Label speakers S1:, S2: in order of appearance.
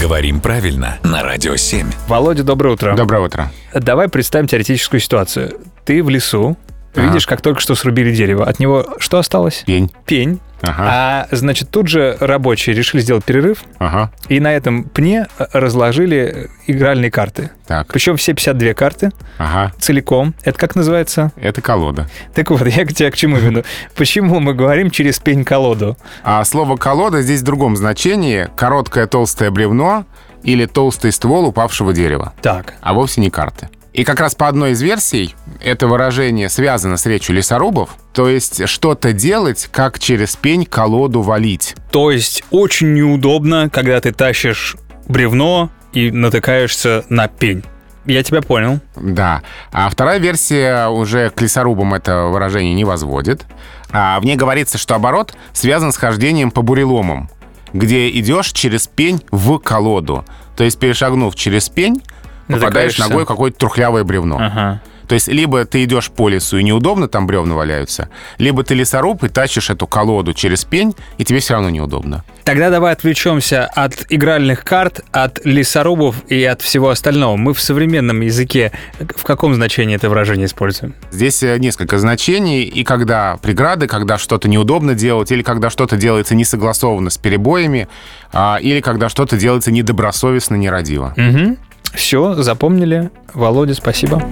S1: Говорим правильно на Радио 7.
S2: Володя, доброе утро.
S3: Доброе утро.
S2: Давай представим теоретическую ситуацию. Ты в лесу, видишь, как только что срубили дерево. От него что осталось?
S3: Пень.
S2: Пень.
S3: Ага.
S2: А значит, тут же рабочие решили сделать перерыв,
S3: Ага.
S2: и на этом пне э, разложили игральные карты.
S3: Так.
S2: Причем все 52 карты
S3: Ага.
S2: целиком. Это как называется?
S3: Это колода.
S2: Так вот, я к тебе к чему веду. Почему мы говорим через пень-колоду?
S3: А слово колода здесь в другом значении. Короткое толстое бревно или толстый ствол упавшего дерева,
S2: Так.
S3: а вовсе не карты. И как раз по одной из версий это выражение связано с речью лесорубов, то есть что-то делать, как через пень колоду валить.
S4: То есть очень неудобно, когда ты тащишь бревно и натыкаешься на пень. Я тебя понял.
S3: Да. А вторая версия уже к лесорубам это выражение не возводит. А в ней говорится, что оборот связан с хождением по буреломам, где идешь через пень в колоду. То есть, перешагнув через пень, попадаешь
S4: Натыкаешься.
S3: ногой в какое-то трухлявое бревно.
S4: Ага.
S3: То есть, либо ты идешь по лесу и неудобно, там бревна валяются, либо ты лесоруб и тащишь эту колоду через пень, и тебе все равно неудобно.
S4: Тогда давай отвлечемся от игральных карт, от лесорубов и от всего остального. Мы в современном языке в каком значении это выражение используем?
S3: Здесь э, несколько значений, и когда преграды, когда что-то неудобно делать, или когда что-то делается несогласованно с перебоями, а, или когда что-то делается недобросовестно, нерадиво.
S2: Все, запомнили. Володя, спасибо.